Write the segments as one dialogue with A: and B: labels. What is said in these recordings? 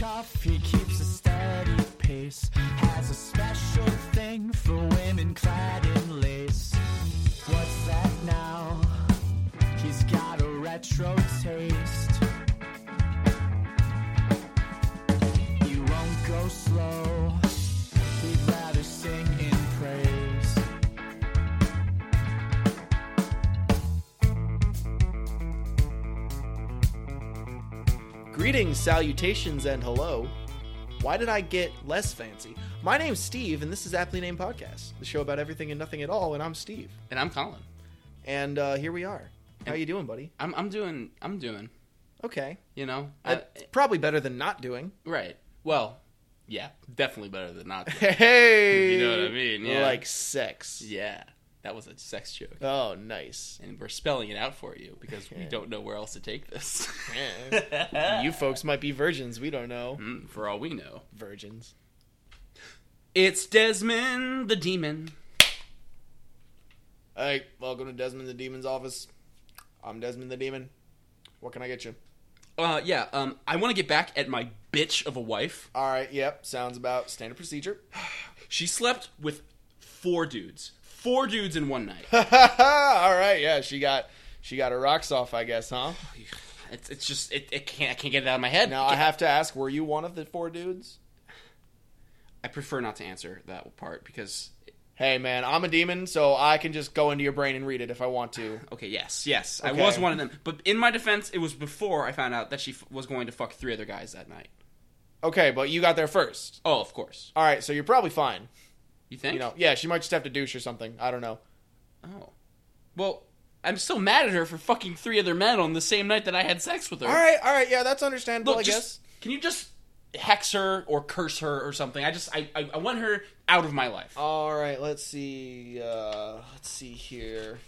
A: Buffy keeps a steady pace, has a special thing for women clad in lace. What's that now? He's got a retro taste. He won't go slow, he'd rather sing in praise.
B: Greetings, salutations, and hello. Why did I get less fancy? My name's Steve, and this is Aptly Named Podcast, the show about everything and nothing at all. And I'm Steve,
C: And I'm Colin.
B: and uh, here we are. How you doing, buddy?
C: I'm I'm doing I'm doing.
B: Okay,
C: You know,
B: Uh,
C: I-
B: probably better than not doing.
C: right? Well, yeah, definitely better than not.
B: Hey,
C: You know what I mean, yeah.
B: Like sex.
C: yeah, that was a sex joke,
B: Oh, nice.
C: and we're spelling it out for you because we don't know where else to take this.
B: you folks might be virgins. We don't know.
C: Mm, for all we know,
B: Virgins.
C: it's Desmond the Demon.
B: Hey, welcome to Desmond the Demon's office. I'm Desmond the Demon. What can I get you?
C: Uh, yeah. Um, I want to get back at my bitch of a wife.
B: All right. Yep. Sounds about standard procedure.
C: She slept with four dudes, four dudes in one night.
B: All right, yeah, she got she got her rocks off, I guess, huh?
C: it's it's just it, it can't I can't get it out of my head.
B: Now I have to ask, were you one of the four dudes?
C: I prefer not to answer that part because
B: Hey, man, I'm a demon, so I can just go into your brain and read it if I want to.
C: Okay, yes, yes.
B: Okay.
C: I was one of them. But in my defense, it was before I found out that she f- was going to fuck three other guys that night.
B: Okay, but you got there first.
C: Oh, of course.
B: All right, so you're probably fine.
C: You think?
B: You know, yeah, she might just have to douche or something. I don't know.
C: Oh. Well, I'm still mad at her for fucking three other men on the same night that I had sex with her.
B: All right, all right, yeah, that's understandable,
C: Look,
B: I
C: just,
B: guess.
C: Can you just hex her or curse her or something? I just, I, I, I want her out of my life.
B: All right, let's see. Uh, let's see here.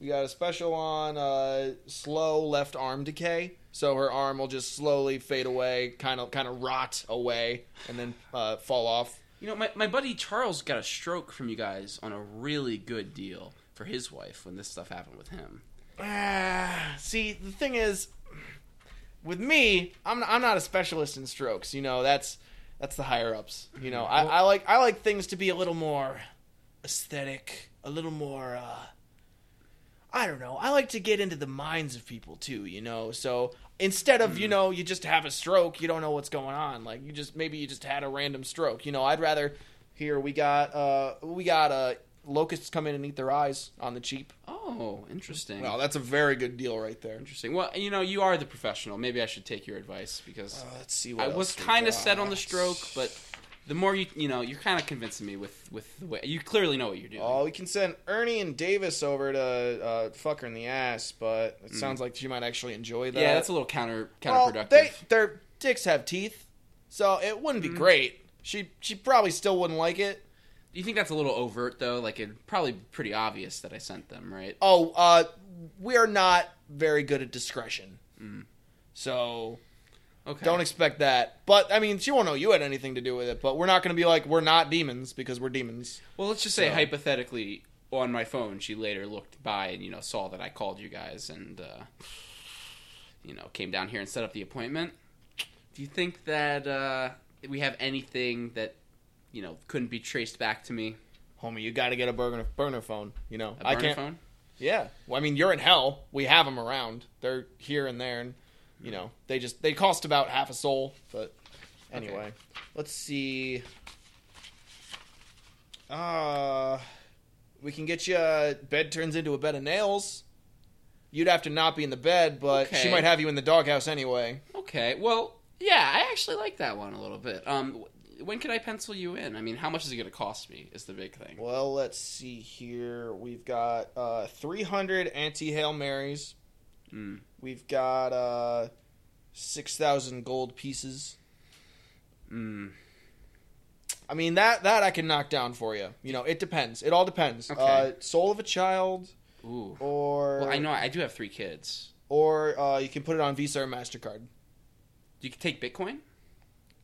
B: We got a special on uh, slow left arm decay, so her arm will just slowly fade away, kind of kind of rot away, and then uh, fall off.
C: You know, my, my buddy Charles got a stroke from you guys on a really good deal for his wife when this stuff happened with him.
B: Ah, see, the thing is, with me, I'm I'm not a specialist in strokes. You know, that's that's the higher ups. You know, I, I like I like things to be a little more aesthetic, a little more. Uh, I don't know. I like to get into the minds of people too. You know, so instead of you know you just have a stroke, you don't know what's going on. Like you just maybe you just had a random stroke. You know, I'd rather here we got uh we got uh locusts come in and eat their eyes on the cheap.
C: Oh, interesting.
B: Wow, that's a very good deal right there.
C: Interesting. Well, you know, you are the professional. Maybe I should take your advice because
B: Uh, Oh, let's see
C: I was kind of set on the stroke, but the more you you know, you're kind of convincing me with with the way you clearly know what you're doing.
B: Oh, we can send Ernie and Davis over to uh, fuck her in the ass, but it sounds like she might actually enjoy that.
C: Hmm. yeah, that's a little counter
B: well,
C: counterproductive.
B: they, their dicks have teeth, so it wouldn't be
C: Hmm.
B: great. She she probably still wouldn't like it.
C: Do you think that's a little overt though? Like it probably pretty obvious that I sent them, right?
B: Oh, uh, we are not very good at discretion,
C: Hmm.
B: so
C: Okay.
B: don't expect that. But I mean, she won't know you had anything to do with it. But we're not going to be like we're not demons because we're demons.
C: well, let's just say
B: So-
C: hypothetically on my phone, she later looked by and you know saw that I called you guys and uh, you know came down here and set up the appointment. Do you think that uh, we have anything that you know couldn't be traced back to me?
B: Homie, you got to get a burner burner phone. You know,
C: A
B: I
C: burner
B: can't.
C: phone.
B: Yeah. Well, I mean, you're in hell. We have them around. They're here and there, and you know, they just they cost about half a soul. But anyway,
C: Okay.
B: let's see. Uh, we can get you. A, bed turns into a bed of nails. You'd have to not be in the bed, but she
C: Okay.
B: might have you in the doghouse anyway.
C: Okay. Well, yeah, I actually like that one a little bit. Um, wh- when could I pencil you in? I mean, how much is it going to cost me? Is the big thing.
B: Well, let's see here. We've got uh, 300 anti Hail Marys.
C: Mm.
B: We've got uh, 6,000 gold pieces.
C: Mm.
B: I mean that that I can knock down for you. You know, it depends. It all depends.
C: Okay.
B: Uh, soul of a child,
C: Ooh.
B: or
C: Well, I know I do have three kids.
B: or uh, you can put it on Visa or Mastercard.
C: You can take Bitcoin.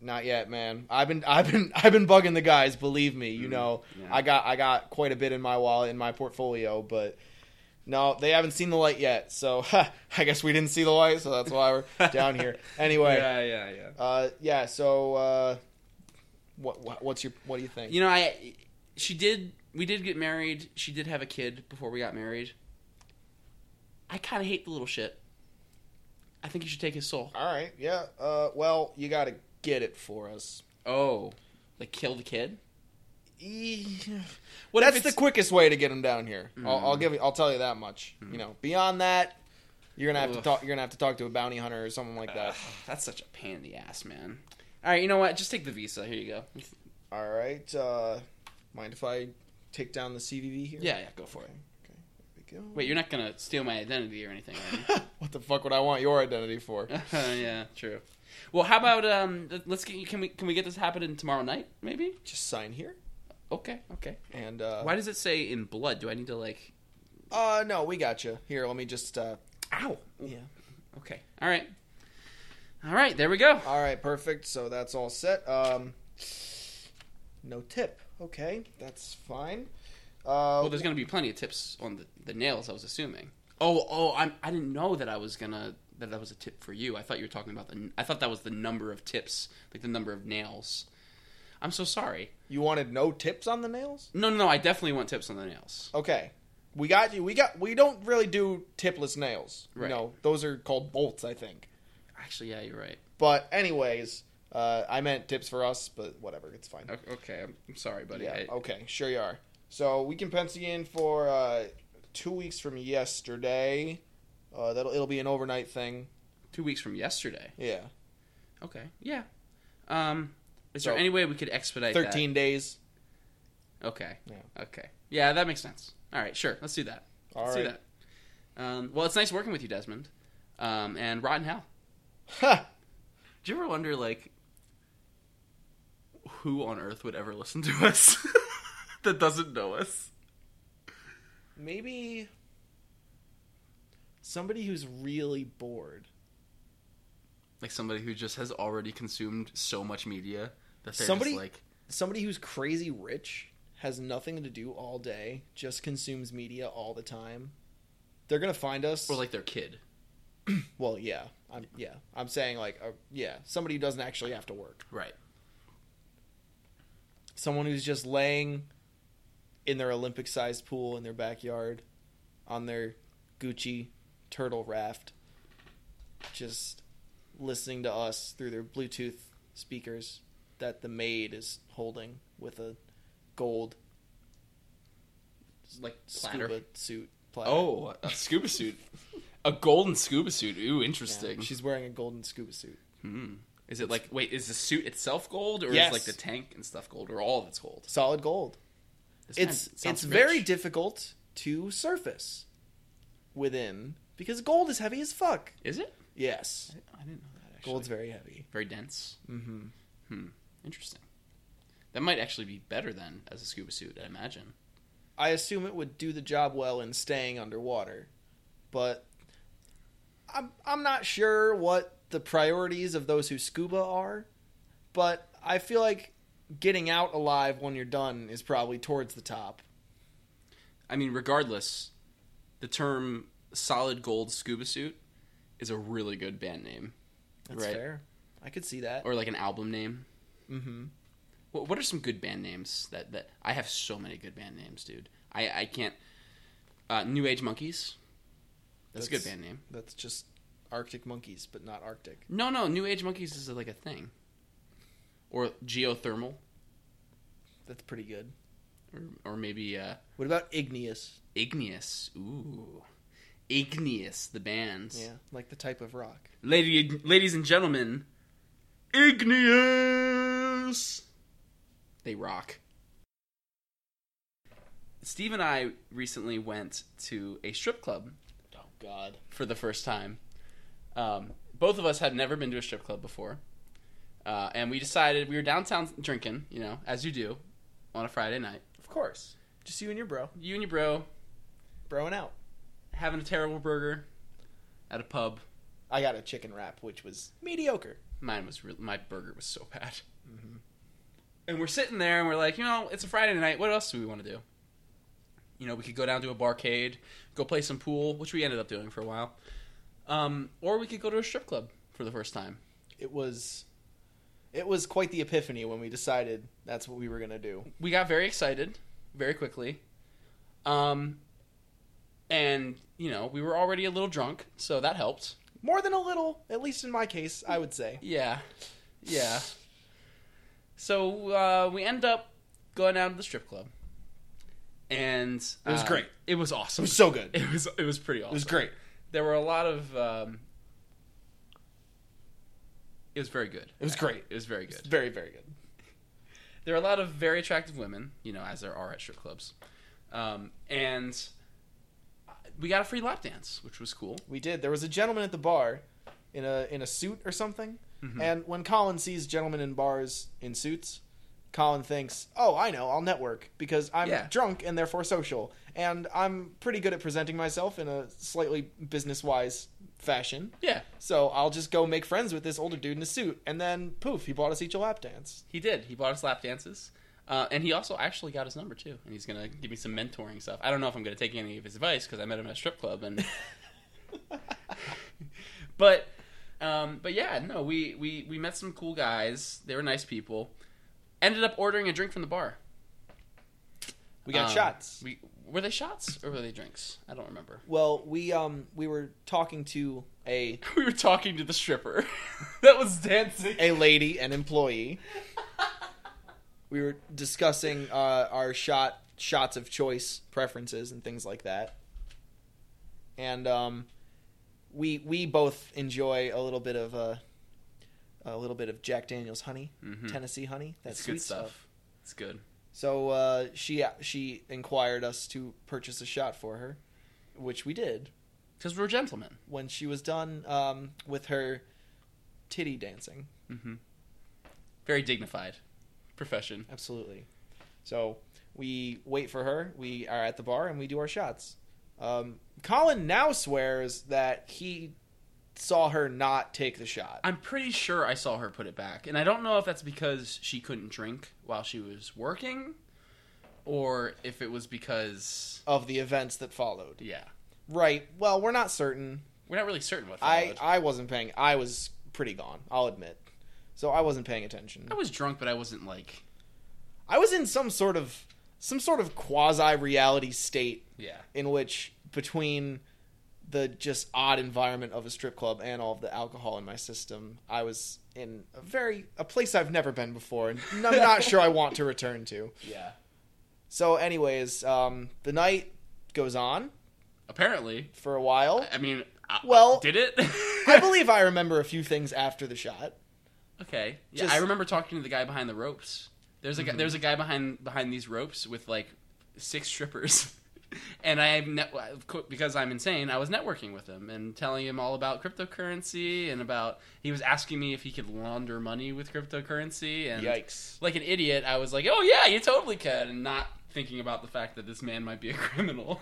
B: Not yet, man. I've been I've been I've been bugging the guys. Believe me, you
C: Mm,
B: know
C: yeah.
B: I got I got quite a bit in my wallet in my portfolio, but No, they haven't seen the light yet, so I guess we didn't see the light, so that's why we're down here. Anyway,
C: Yeah, yeah, yeah.
B: uh, yeah. So, uh, what, what what's your what do you think?
C: You know, I she did we did get married. She did have a kid before we got married. I kind of hate the little shit. I think you should take his soul.
B: All right, yeah. Uh, well, you got to get it for us.
C: Oh, like kill the kid?
B: Well, that's
C: if
B: the
C: it's-
B: quickest way to get him down here. I'll, I'll give you. I'll tell you that much. You know, beyond that, you're gonna have to
C: Ugh.
B: talk. You're gonna have to talk to a bounty hunter or someone like that.
C: That's such a pain in the ass, man. All right, you know what? Just take the visa. Here you go.
B: All right. Uh, mind if I take down the CVV here?
C: Yeah, yeah, go for it.
B: Okay. There we go.
C: Wait, you're not gonna steal my identity or anything, are you?
B: what the fuck would I want your identity for?
C: yeah, true. Well, how about um? th- Let's get can we can we get this happening tomorrow night? Maybe.
B: Just sign here.
C: Okay. Okay.
B: And uh,
C: Why does it say in blood? Do I need to like?
B: uh no, we got you. Here, let me just uh
C: Ow.
B: yeah.
C: Okay. All right. All right. There we go.
B: All right, perfect. So that's all set. Um no tip. Okay, that's fine. Uh
C: Well, there's gonna be plenty of tips on the, the nails. I was assuming. Oh, oh, I'm. I didn't know that I was gonna that that was a tip for you. I thought you were talking about the. n- I thought that was the number of tips, like the number of nails. I'm so sorry.
B: you wanted no tips on the nails?
C: No, no, no. I definitely want tips on the nails.
B: Okay. We got you. We got we don't really do tipless nails. You
C: Right.
B: know, those are called bolts, I think.
C: Actually, yeah, you're right.
B: But anyways, uh I meant tips for us, but whatever, it's fine.
C: O- Okay, I'm, I'm sorry, buddy.
B: Yeah.
C: I-
B: Okay. Sure you are. So we can pencil you in for uh, two weeks from yesterday. Uh, that'll it'll be an overnight thing.
C: two weeks from yesterday.
B: Yeah.
C: Okay. Yeah. Um, is
B: So-
C: there any way we could expedite that?
B: Thirteen days.
C: Okay.
B: Yeah.
C: Okay. Yeah, that makes sense. All right. Sure. Let's do that.
B: All
C: let's do
B: right.
C: that. Um, well, it's nice working with you, Desmond. Um, and Rotten Hell.
B: Ha!
C: Do you ever wonder, like, who on earth would ever listen to us that doesn't know us?
B: Maybe somebody who's really bored.
C: Like somebody who just has already consumed so much media that they're
B: Somebody-
C: just like,
B: Somebody who's crazy rich has nothing to do all day, just consumes media all the time. They're gonna find us.
C: or like their kid.
B: well, yeah, I'm, yeah. I'm saying like, uh, yeah, somebody who doesn't actually have to work.
C: Right.
B: someone who's just laying in their Olympic sized pool in their backyard on their Gucci turtle raft, just listening to us through their Bluetooth speakers that the maid is holding with a gold
C: Like
B: scuba
C: platter.
B: suit. Platter.
C: Oh, a scuba suit. A golden scuba suit. Ooh,
B: Yeah,
C: interesting.
B: she's wearing a golden scuba suit.
C: Hmm. Is it like wait, is the suit itself gold or
B: Yes.
C: is like the tank and stuff gold or all of it's gold?
B: Solid gold.
C: This
B: It's
C: man sounds
B: it's
C: rich.
B: very difficult to surface within because gold is heavy as fuck.
C: Is it?
B: Yes.
C: I didn't know that actually.
B: Gold's very heavy.
C: very dense.
B: Mm-hmm.
C: Interesting. That might actually be better then as a scuba suit, I imagine.
B: I assume it would do the job well in staying underwater, but I'm I'm not sure what the priorities of those who scuba are, but I feel like getting out alive when you're done is probably towards the top.
C: I mean, regardless, the term solid gold scuba suit is a really good band name
B: That's
C: Right.
B: fair. I could see that.
C: or like an album name.
B: mm-hmm.
C: What, what are some good band names that, that I have so many good band names, dude. I, I can't. Uh, New Age Monkeys. That's, a good
B: That's-
C: band name.
B: That's just Arctic monkeys, but not Arctic.
C: No, no, New Age Monkeys is like a thing. Or geothermal,
B: That's pretty good.
C: or, or maybe uh,
B: What about igneous?
C: Igneous. Ooh, Igneous, the band.
B: Yeah, like the type of rock.
C: Lady, ladies and gentlemen, Igneous. They rock. Steve and I recently went to a strip club
B: Oh God.
C: for the first time. Um, both of us had never been to a strip club before, uh, and we decided we were downtown drinking, you know, as you do on a Friday night.
B: Of course. Just you and your bro,
C: You and your bro
B: broing out.
C: having a terrible burger at a pub.
B: I got a chicken wrap, which was mediocre.
C: Mine was re- my burger was so bad. And we're sitting there and we're like, you know, it's a Friday night. What else do we want to do? You know, we could go down to a barcade, go play some pool, which we ended up doing for a while, um, or we could go to a strip club for the first time.
B: It was, it was quite the epiphany when we decided that's what we were gonna do.
C: we got very excited very quickly. Um, and, you know, we were already a little drunk, so that helped.
B: More than a little, at least in my case, I would say.
C: Yeah. Yeah. So uh, we end up going down to the strip club. And
B: It was
C: uh,
B: great.
C: It was awesome.
B: It was so good. It
C: It was it was pretty awesome.
B: was great.
C: There were a lot of um, it was very good.
B: It was great.
C: It was very good.
B: Very very good.
C: there are a lot of very attractive women, you know, as there are at strip clubs. Um, and we got a free lap dance, which was cool.
B: We did. There was a gentleman at the bar, in a in a suit or something. And when Colin sees gentlemen in bars in suits, Colin thinks, "Oh, I know. I'll network because I'm
C: Yeah.
B: drunk and therefore social, and I'm pretty good at presenting myself in a slightly business wise fashion."
C: Yeah,
B: So I'll just go make friends with this older dude in a suit, and then poof, he bought us each a lap dance.
C: he did. He bought us lap dances. Uh, and he also actually got his number too, and he's gonna give me some mentoring stuff. I don't know if I'm gonna take any of his advice because I met him at a strip club, and but um, but yeah, no, we, we we met some cool guys. They were nice people. Ended up ordering a drink from the bar.
B: We got
C: Um,
B: shots.
C: We were they shots or were they drinks? I don't remember.
B: well, we um we were talking to a
C: We were talking to the stripper that was dancing.
B: a lady, an employee. we were discussing uh, our shot shots of choice preferences and things like that. And um, we we both enjoy a little bit of uh, a little bit of Jack Daniel's honey,
C: Mhm.
B: Tennessee honey. That's
C: It's
B: sweet
C: good
B: stuff.
C: stuff. It's good.
B: So uh, she she inquired us to purchase a shot for her, which we did.
C: Because we're gentlemen.
B: When she was done um, with her titty dancing,
C: Mm-hmm. Very dignified profession.
B: Absolutely. So we wait for her. We are at the bar and we do our shots. Um, Colin now swears that he saw her not take the shot.
C: I'm pretty sure I saw her put it back. And I don't know if that's because she couldn't drink while she was working or if it was because.
B: Of the events that followed,
C: Yeah.
B: right? Well, we're not certain.
C: We're not really certain what
B: I
C: followed. I,
B: I wasn't paying. I was pretty gone. I'll admit. So I wasn't paying attention.
C: was drunk, but I wasn't like.
B: I was in some sort of some sort of quasi reality state
C: Yeah.
B: in which between the just odd environment of a strip club and all of the alcohol in my system, I was in a very a place I've never been before, and I'm not sure I want to return to.
C: Yeah.
B: So, anyways, um, the night goes on
C: Apparently.
B: for a while.
C: I mean. I-
B: Well-
C: did it?
B: I believe I remember a few things after the shot.
C: Okay. Yeah,
B: Just- Mm-hmm.
C: I remember talking to the guy behind the ropes. There's a guy, there's a guy behind behind these ropes with like six strippers, and I net, because I'm insane. I was networking with him and telling him all about cryptocurrency and about he was asking me if he could launder money with cryptocurrency and
B: Yikes!
C: like an idiot. I was like, oh yeah, you totally can, and not thinking about the fact that this man might be a criminal.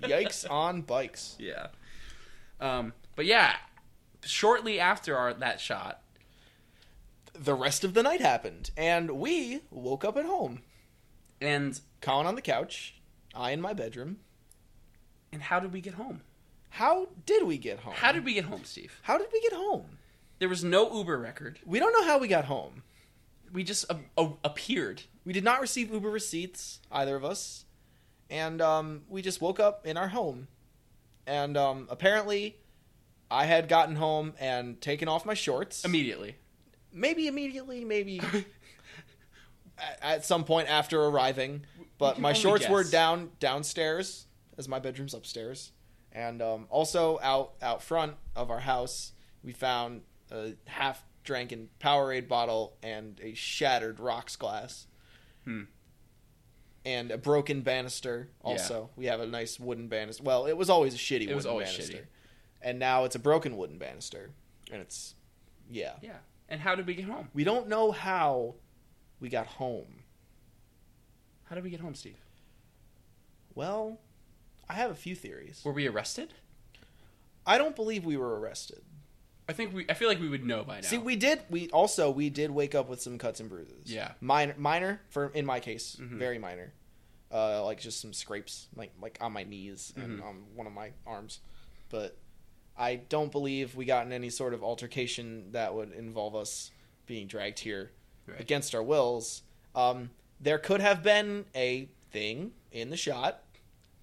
B: Yikes on bikes.
C: Yeah. Um, but yeah, shortly after our that shot,
B: The rest of the night happened, and we woke up at home.
C: and
B: Colin on the couch, I in my bedroom.
C: and how did we get home?
B: How did we get home?
C: How did we get home, Steve?
B: How did we get home?
C: There was no Uber record.
B: We don't know how we got home.
C: We just a- a- appeared.
B: We did not receive Uber receipts, either of us. And um, we just woke up in our home. And um, apparently, I had gotten home and taken off my shorts.
C: Immediately.
B: maybe immediately, maybe at- at some point after arriving. But
C: can
B: my
C: only
B: shorts were
C: guess.
B: down downstairs, as my bedroom's upstairs, and um, also out out front of our house, we found a half drinking Powerade bottle and a shattered rocks glass.
C: Hmm.
B: And a broken banister. Also, we have a nice wooden banister. Well, it was always a shitty.
C: It was
B: wooden
C: always
B: banister.
C: shitty.
B: And now it's a broken wooden banister, and it's yeah.
C: Yeah. And how did we get home?
B: We don't know how we got home.
C: How did we get home, Steve?
B: Well, I have a few theories.
C: Were we arrested?
B: I don't believe we were arrested.
C: I think we. I feel like we would know by now.
B: See, we did. We also we did wake up with some cuts and bruises.
C: Yeah.
B: minor, minor for in my case,
C: Mhm.
B: very minor. uh, like just some scrapes, like like on my knees and
C: Mm-hmm.
B: on one of my arms. But I don't believe we got in any sort of altercation that would involve us being dragged here
C: Right.
B: against our wills. Um, there could have been a thing in the shot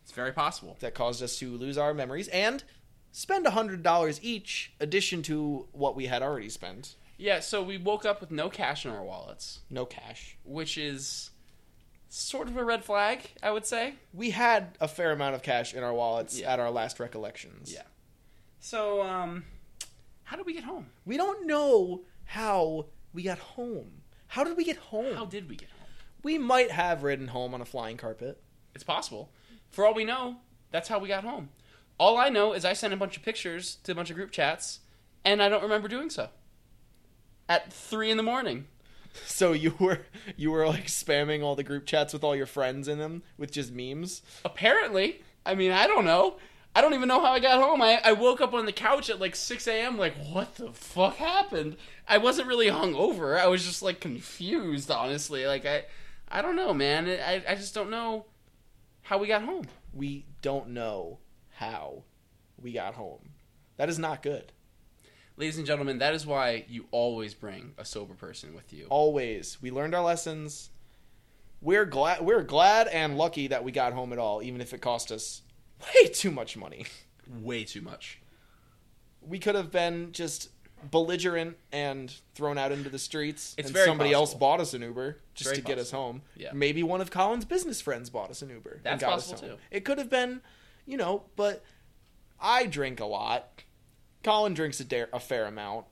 C: It's very possible.
B: that caused us to lose our memories and spend $100 each addition to what we had already spent.
C: Yeah, so we woke up with no cash in our wallets,
B: No cash.
C: which is sort of a red flag, I would say.
B: We had a fair amount of cash in our wallets
C: Yeah.
B: at our last recollections.
C: Yeah. So, um, how did we get home?
B: We don't know how we got home. How did we get home?
C: How did we get home?
B: we might have ridden home on a flying carpet.
C: It's possible. For all we know, that's how we got home. All I know is I sent a bunch of pictures to a bunch of group chats, and I don't remember doing so. At three in the morning.
B: So you were you were like spamming all the group chats with all your friends in them with just memes.
C: Apparently, I mean, I don't know. I don't even know how I got home. I, I woke up on the couch at like 6 a.m., like, what the fuck happened? I wasn't really hungover. I was just like confused, honestly. Like, I, I don't know, man. I, I just don't know how we got home.
B: We don't know how we got home. That is not good.
C: Ladies and gentlemen, that is why you always bring a sober person with you.
B: Always. We learned our lessons. We're glad we're glad and lucky that we got home at all, even if it cost us way too much money.
C: Way too much.
B: we could have been just belligerent and thrown out into the streets
C: It's
B: and
C: very
B: somebody else
C: possible.
B: bought us an uber just
C: very
B: to get us
C: possible.
B: home
C: Yeah.
B: maybe one of colin's business friends bought us an uber and
C: That's
B: got us
C: possible,
B: home.
C: too.
B: it could have been you know but i drink a lot colin drinks a, dare, a fair amount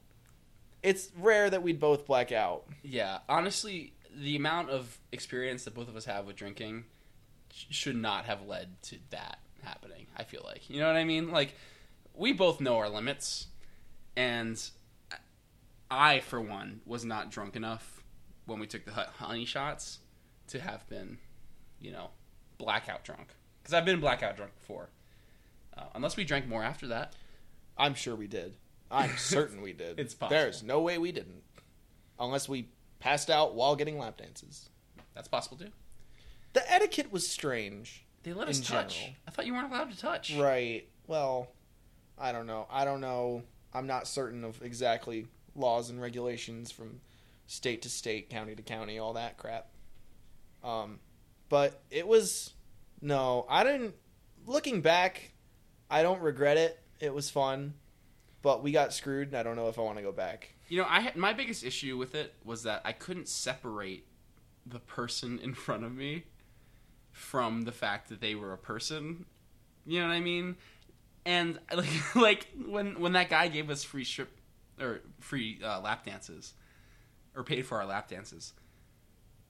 B: it's rare that we'd both black out
C: Yeah, honestly, the amount of experience that both of us have with drinking sh- should not have led to that happening. I feel like you know what I mean. Like we both know our limits, and I, for one, was not drunk enough when we took the hu- honey shots to have been, you know, blackout drunk. Because I've been blackout drunk before, uh, unless we drank more after that.
B: i'm sure we did i'm certain we did
C: It's possible.
B: there's no way we didn't unless we passed out while getting lap dances
C: That's possible too.
B: the etiquette was strange
C: They let us
B: In
C: touch.
B: general.
C: I thought you weren't allowed to touch.
B: Right. Well, I don't know. I don't know. I'm not certain of exactly laws and regulations from state to state, county to county, all that crap. Um, but it was no. I didn't. Looking back, I don't regret it. It was fun, but we got screwed, and I don't know if I want to go back.
C: You know, I had, my biggest issue with it was that I couldn't separate the person in front of me from the fact that they were a person. You know what I mean? And like like when when that guy gave us free strip or free uh, lap dances or paid for our lap dances.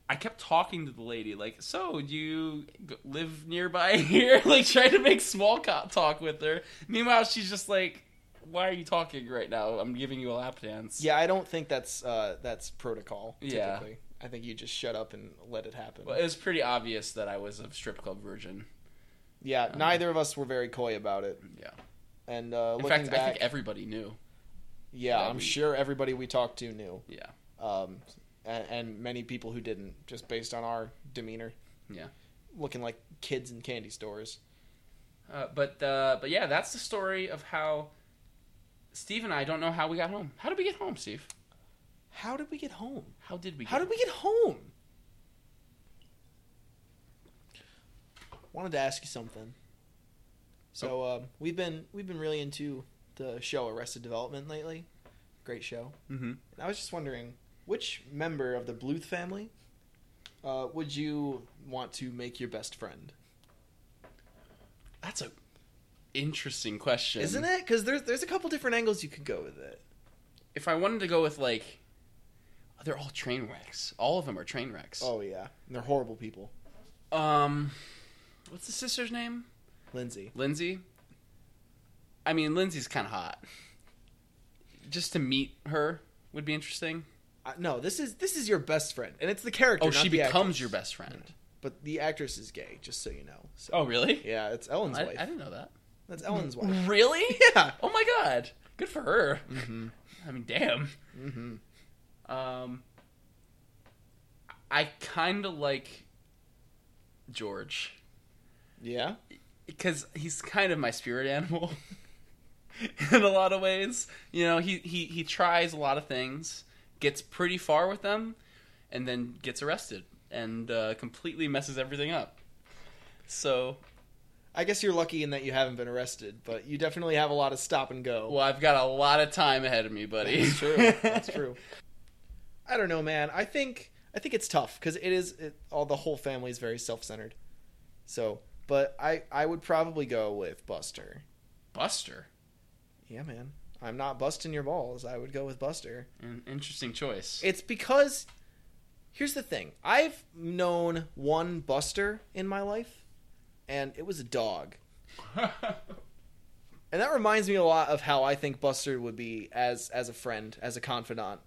C: I kept talking to the lady, like, "So, do you g- live nearby here?" like, trying to make small co- talk with her. Meanwhile, she's just like, "Why are you talking right now? I'm giving you a lap dance."
B: Yeah, I don't think that's uh, that's protocol.
C: Yeah.
B: Typically, I think you just shut up and let it happen.
C: Well, it was pretty obvious that I was a strip club virgin.
B: yeah, neither of us were very coy about it.
C: Yeah.
B: And uh,
C: In
B: looking
C: fact,
B: back,
C: I think everybody knew.
B: Yeah,
C: that
B: I'm
C: we-
B: sure everybody we talked to knew,
C: Yeah.
B: um, and, and many people who didn't, just based on our demeanor,
C: Yeah.
B: looking like kids in candy stores.
C: Uh, but uh, but yeah, that's the story of how Steve and I don't know how we got home. How did we get home, Steve?
B: How did we get home?
C: How did we? Get
B: How did we get home? Wanted to ask you something. So um, we've been we've been really into the show Arrested Development lately. Great show.
C: Mm-hmm.
B: And I was just wondering, which member of the Bluth family uh, would you want to make your best friend?
C: That's a interesting question,
B: Isn't it? Because there's there's a couple different angles you could go with it.
C: If I wanted to go with like, they're all train wrecks. All of them are train wrecks.
B: Oh yeah, and they're horrible people. Oh.
C: Um, what's the sister's name?
B: Lindsay,
C: Lindsay. I mean, Lindsay's kind of hot. Just to meet her would be interesting.
B: I, Uh, no, this is this is your best friend, and it's the character.
C: Oh,
B: not
C: she
B: the
C: becomes
B: actress.
C: your best friend.
B: But the actress is gay, just so you know. So,
C: Oh, really?
B: yeah, it's Ellen's
C: I, I
B: wife.
C: didn't know that.
B: That's Ellen's wife.
C: Really?
B: Yeah.
C: Oh my god. Good for her. Mm-hmm. I mean, damn.
B: Mm-hmm.
C: Um, I kind of like George
B: Yeah.
C: because he's kind of my spirit animal in a lot of ways. You know, he, he he tries a lot of things, gets pretty far with them, and then gets arrested and uh, completely messes everything up. So,
B: I guess you're lucky in that you haven't been arrested, but you definitely have a lot of stop and go.
C: well, I've got a lot of time ahead of me, buddy.
B: That's true. That's true. I don't know, man. I think I think it's tough because it is it, all the whole family is very self centered. So, but I I would probably go with Buster.
C: Buster,
B: Yeah, man. I'm not busting your balls. I would go with Buster.
C: an interesting choice.
B: It's because here's the thing. I've known one Buster in my life, and it was a dog. and that reminds me a lot of how I think Buster would be as as a friend, as a confidant.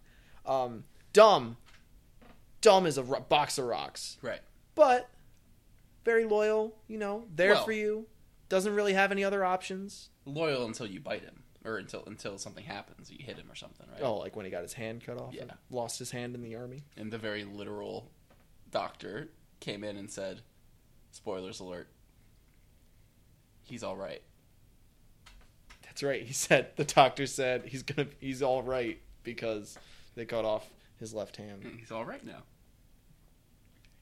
B: Um, dumb, dumb is a ro- box of rocks,
C: right.
B: but very loyal. You know, there
C: Well-
B: for you. Doesn't really have any other options.
C: Loyal until you bite him, or until until something happens, you hit him or something, right?
B: Oh, like when he got his hand cut off, and
C: Yeah.
B: lost his hand in the army.
C: and the very literal doctor came in and said, "Spoilers alert. He's all right."
B: That's right. He said the doctor said he's gonna he's all right because they cut off his left hand.
C: Mm, He's all right now.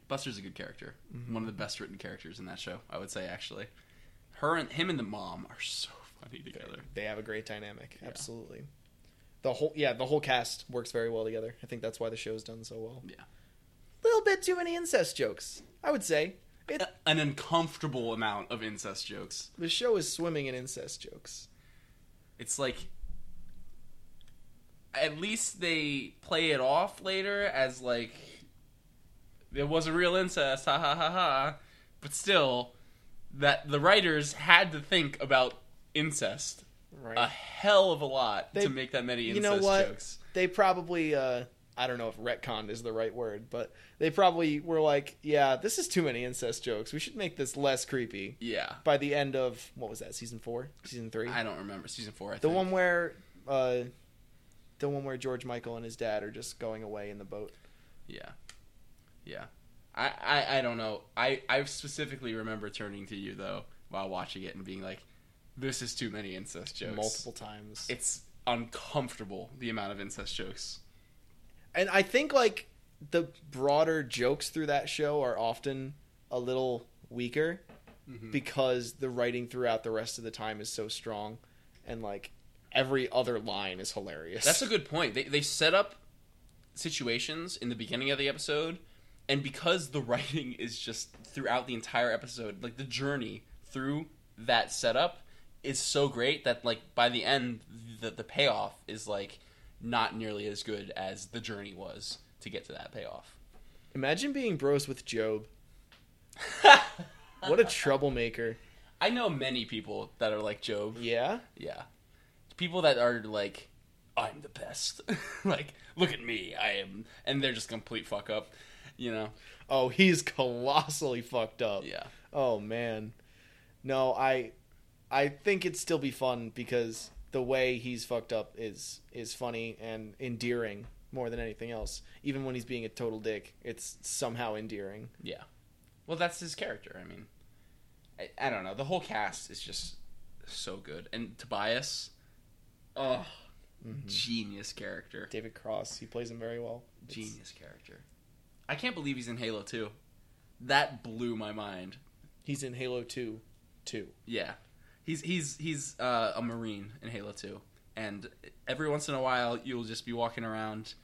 C: Buster's a good character. One of the best written characters in that show, I would say actually. Her and him and the mom are so funny together.
B: They have a great dynamic. Absolutely. The whole yeah the whole cast works very well together. I think that's why the show's done so well.
C: Yeah.
B: Little bit too many incest jokes, I would say. It,
C: A- An uncomfortable amount of incest jokes.
B: the show is swimming in incest jokes.
C: It's like at least they play it off later as like it was a real incest, ha ha ha ha. But still, that the writers had to think about incest
B: Right.
C: a hell of a lot
B: They-
C: to make that many
B: you
C: incest
B: know what?
C: jokes.
B: They probably uh I don't know if retconned is the right word, but they probably were like, yeah, this is too many incest jokes. We should make this less creepy.
C: Yeah,
B: By the end of what was that? Season 4? Season 3?
C: I don't remember season four. I
B: The
C: think.
B: one where, uh, the one where George Michael and his dad are just going away in the boat.
C: Yeah, yeah. I, I, I don't know. I, I specifically remember turning to you though while watching it and being like, "This is too many incest jokes."
B: multiple times.
C: it's uncomfortable the amount of incest jokes.
B: and I think like the broader jokes through that show are often a little weaker
C: Mm-hmm.
B: because the writing throughout the rest of the time is so strong, and like every other line is hilarious.
C: That's a good point. They they set up situations in the beginning of the episode, and because the writing is just throughout the entire episode, like the journey through that setup is so great that like by the end the the payoff is like not nearly as good as the journey was to get to that payoff.
B: imagine being bros with Job. what a troublemaker!
C: I know many people that are like Job.
B: Yeah,
C: Yeah. People that are like, I'm the best. like, look at me. I am. And they're just complete fuck up. You know?
B: Oh, he's colossally fucked up.
C: Yeah.
B: Oh man. No, I I think it'd still be fun because the way he's fucked up is is funny and endearing more than anything else. Even when he's being a total dick, it's somehow endearing.
C: Yeah. Well, that's his character. I mean, I, I don't know. The whole cast is just so good. And Tobias, oh, genius character.
B: David Cross, he plays him very well. It's-
C: Genius character. I can't believe he's in Halo 2. That blew my mind.
B: He's in Halo 2 too.
C: Yeah, he's he's he's uh, a marine in Halo Two, and every once in a while you'll just be walking around,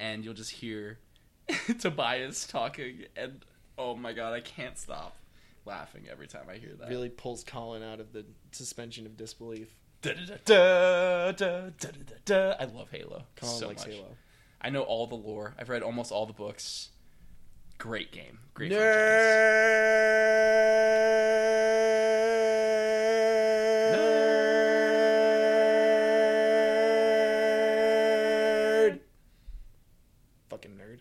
C: and you'll just hear Tobias talking, and oh my god, I can't stop laughing every time I hear that.
B: Really pulls Colin out of the suspension of disbelief.
C: Da-da-da-da, da-da-da-da. I love Halo
B: Colin
C: so
B: likes
C: much.
B: Halo.
C: I know all the lore. I've read almost all the books. Great game. Great. franchise.
B: Nerd. Fucking nerd.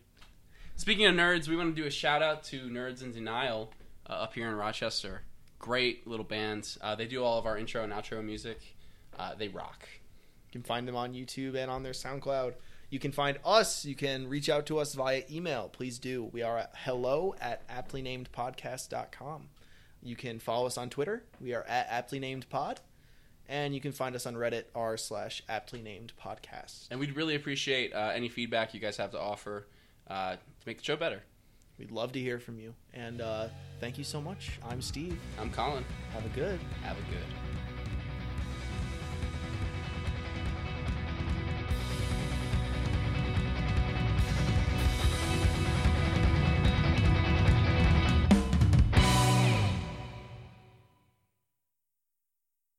C: Speaking of nerds, we want to do a shout out to Nerds in Denial uh, up here in Rochester. Great little band. Uh, they do all of our intro and outro music. Uh, they rock.
B: You can find them on YouTube and on their SoundCloud. You can find us. You can reach out to us via email. Please do. We are at hello at aptlynamedpodcast.com. You can follow us on Twitter. We are at aptlynamedpod. And you can find us on Reddit r slash aptlynamedpodcast.
C: And we'd really appreciate uh, any feedback you guys have to offer uh, to make the show better.
B: We'd love to hear from you. And uh, thank you so much. I'm Steve.
C: I'm Colin.
B: Have a good.
C: Have a good.